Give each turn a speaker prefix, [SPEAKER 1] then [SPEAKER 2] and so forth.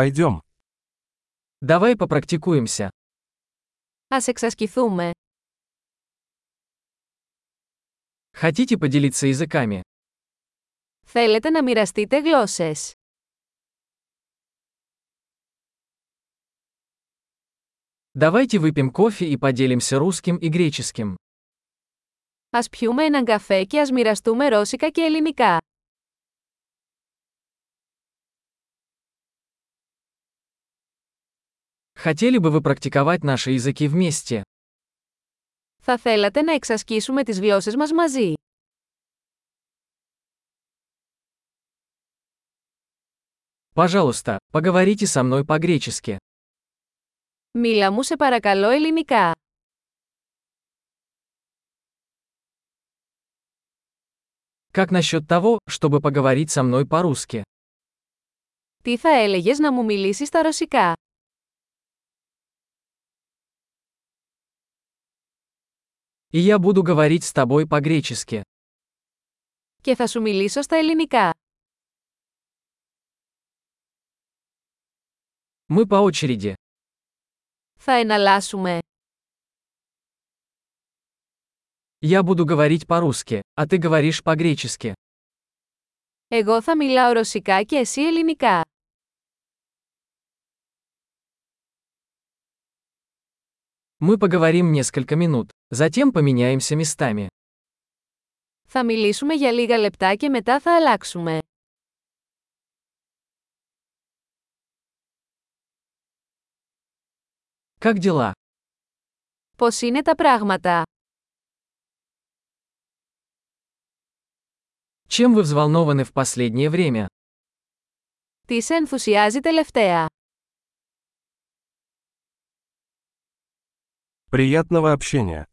[SPEAKER 1] Пойдем.
[SPEAKER 2] Давай попрактикуемся.
[SPEAKER 3] Ας εξασκηθούμε.
[SPEAKER 2] Хотите поделиться языками?
[SPEAKER 3] Θέλετε να μοιραστείτε γλώσσες.
[SPEAKER 2] Давайте выпьем кофе и поделимся русским и греческим.
[SPEAKER 3] Ας πιούμε έναν καφέ και ας μοιραστούμε ρώσικα και ελληνικά.
[SPEAKER 2] Хотели бы вы практиковать наши языки вместе?
[SPEAKER 3] Θα θέλατε να εξασκήσουμε τις γλώσσες μας μαζί.
[SPEAKER 2] Пожалуйста, поговорите со мной по-гречески.
[SPEAKER 3] Μίλα μου σε παρακαλώ ελληνικά.
[SPEAKER 2] Как насчет того, чтобы поговорить со мной по-русски?
[SPEAKER 3] Τι θα έλεγες να μου μιλήσεις στα ρωσικά.
[SPEAKER 2] И я буду говорить с тобой по-гречески.
[SPEAKER 3] Και θα σου μιλήσω στα ελληνικά.
[SPEAKER 2] Мы по очереди.
[SPEAKER 3] Θα εναλλάσσουμε.
[SPEAKER 2] Я буду говорить по-русски, а ты говоришь по-гречески.
[SPEAKER 3] Εγώ θα μιλάω ρωσικά και εσύ ελληνικά.
[SPEAKER 2] Мы поговорим несколько минут, затем поменяемся местами.
[SPEAKER 3] Θα μιλήσουμε για λίγα λεπτά και μετά θα αλλάξουμε.
[SPEAKER 2] Как дела?
[SPEAKER 3] Πώς είναι τα πράγματα.
[SPEAKER 2] Чем вы взволнованы в последнее время?
[SPEAKER 3] Τι σε ενθουσιάζει τελευταία.
[SPEAKER 1] Приятного общения.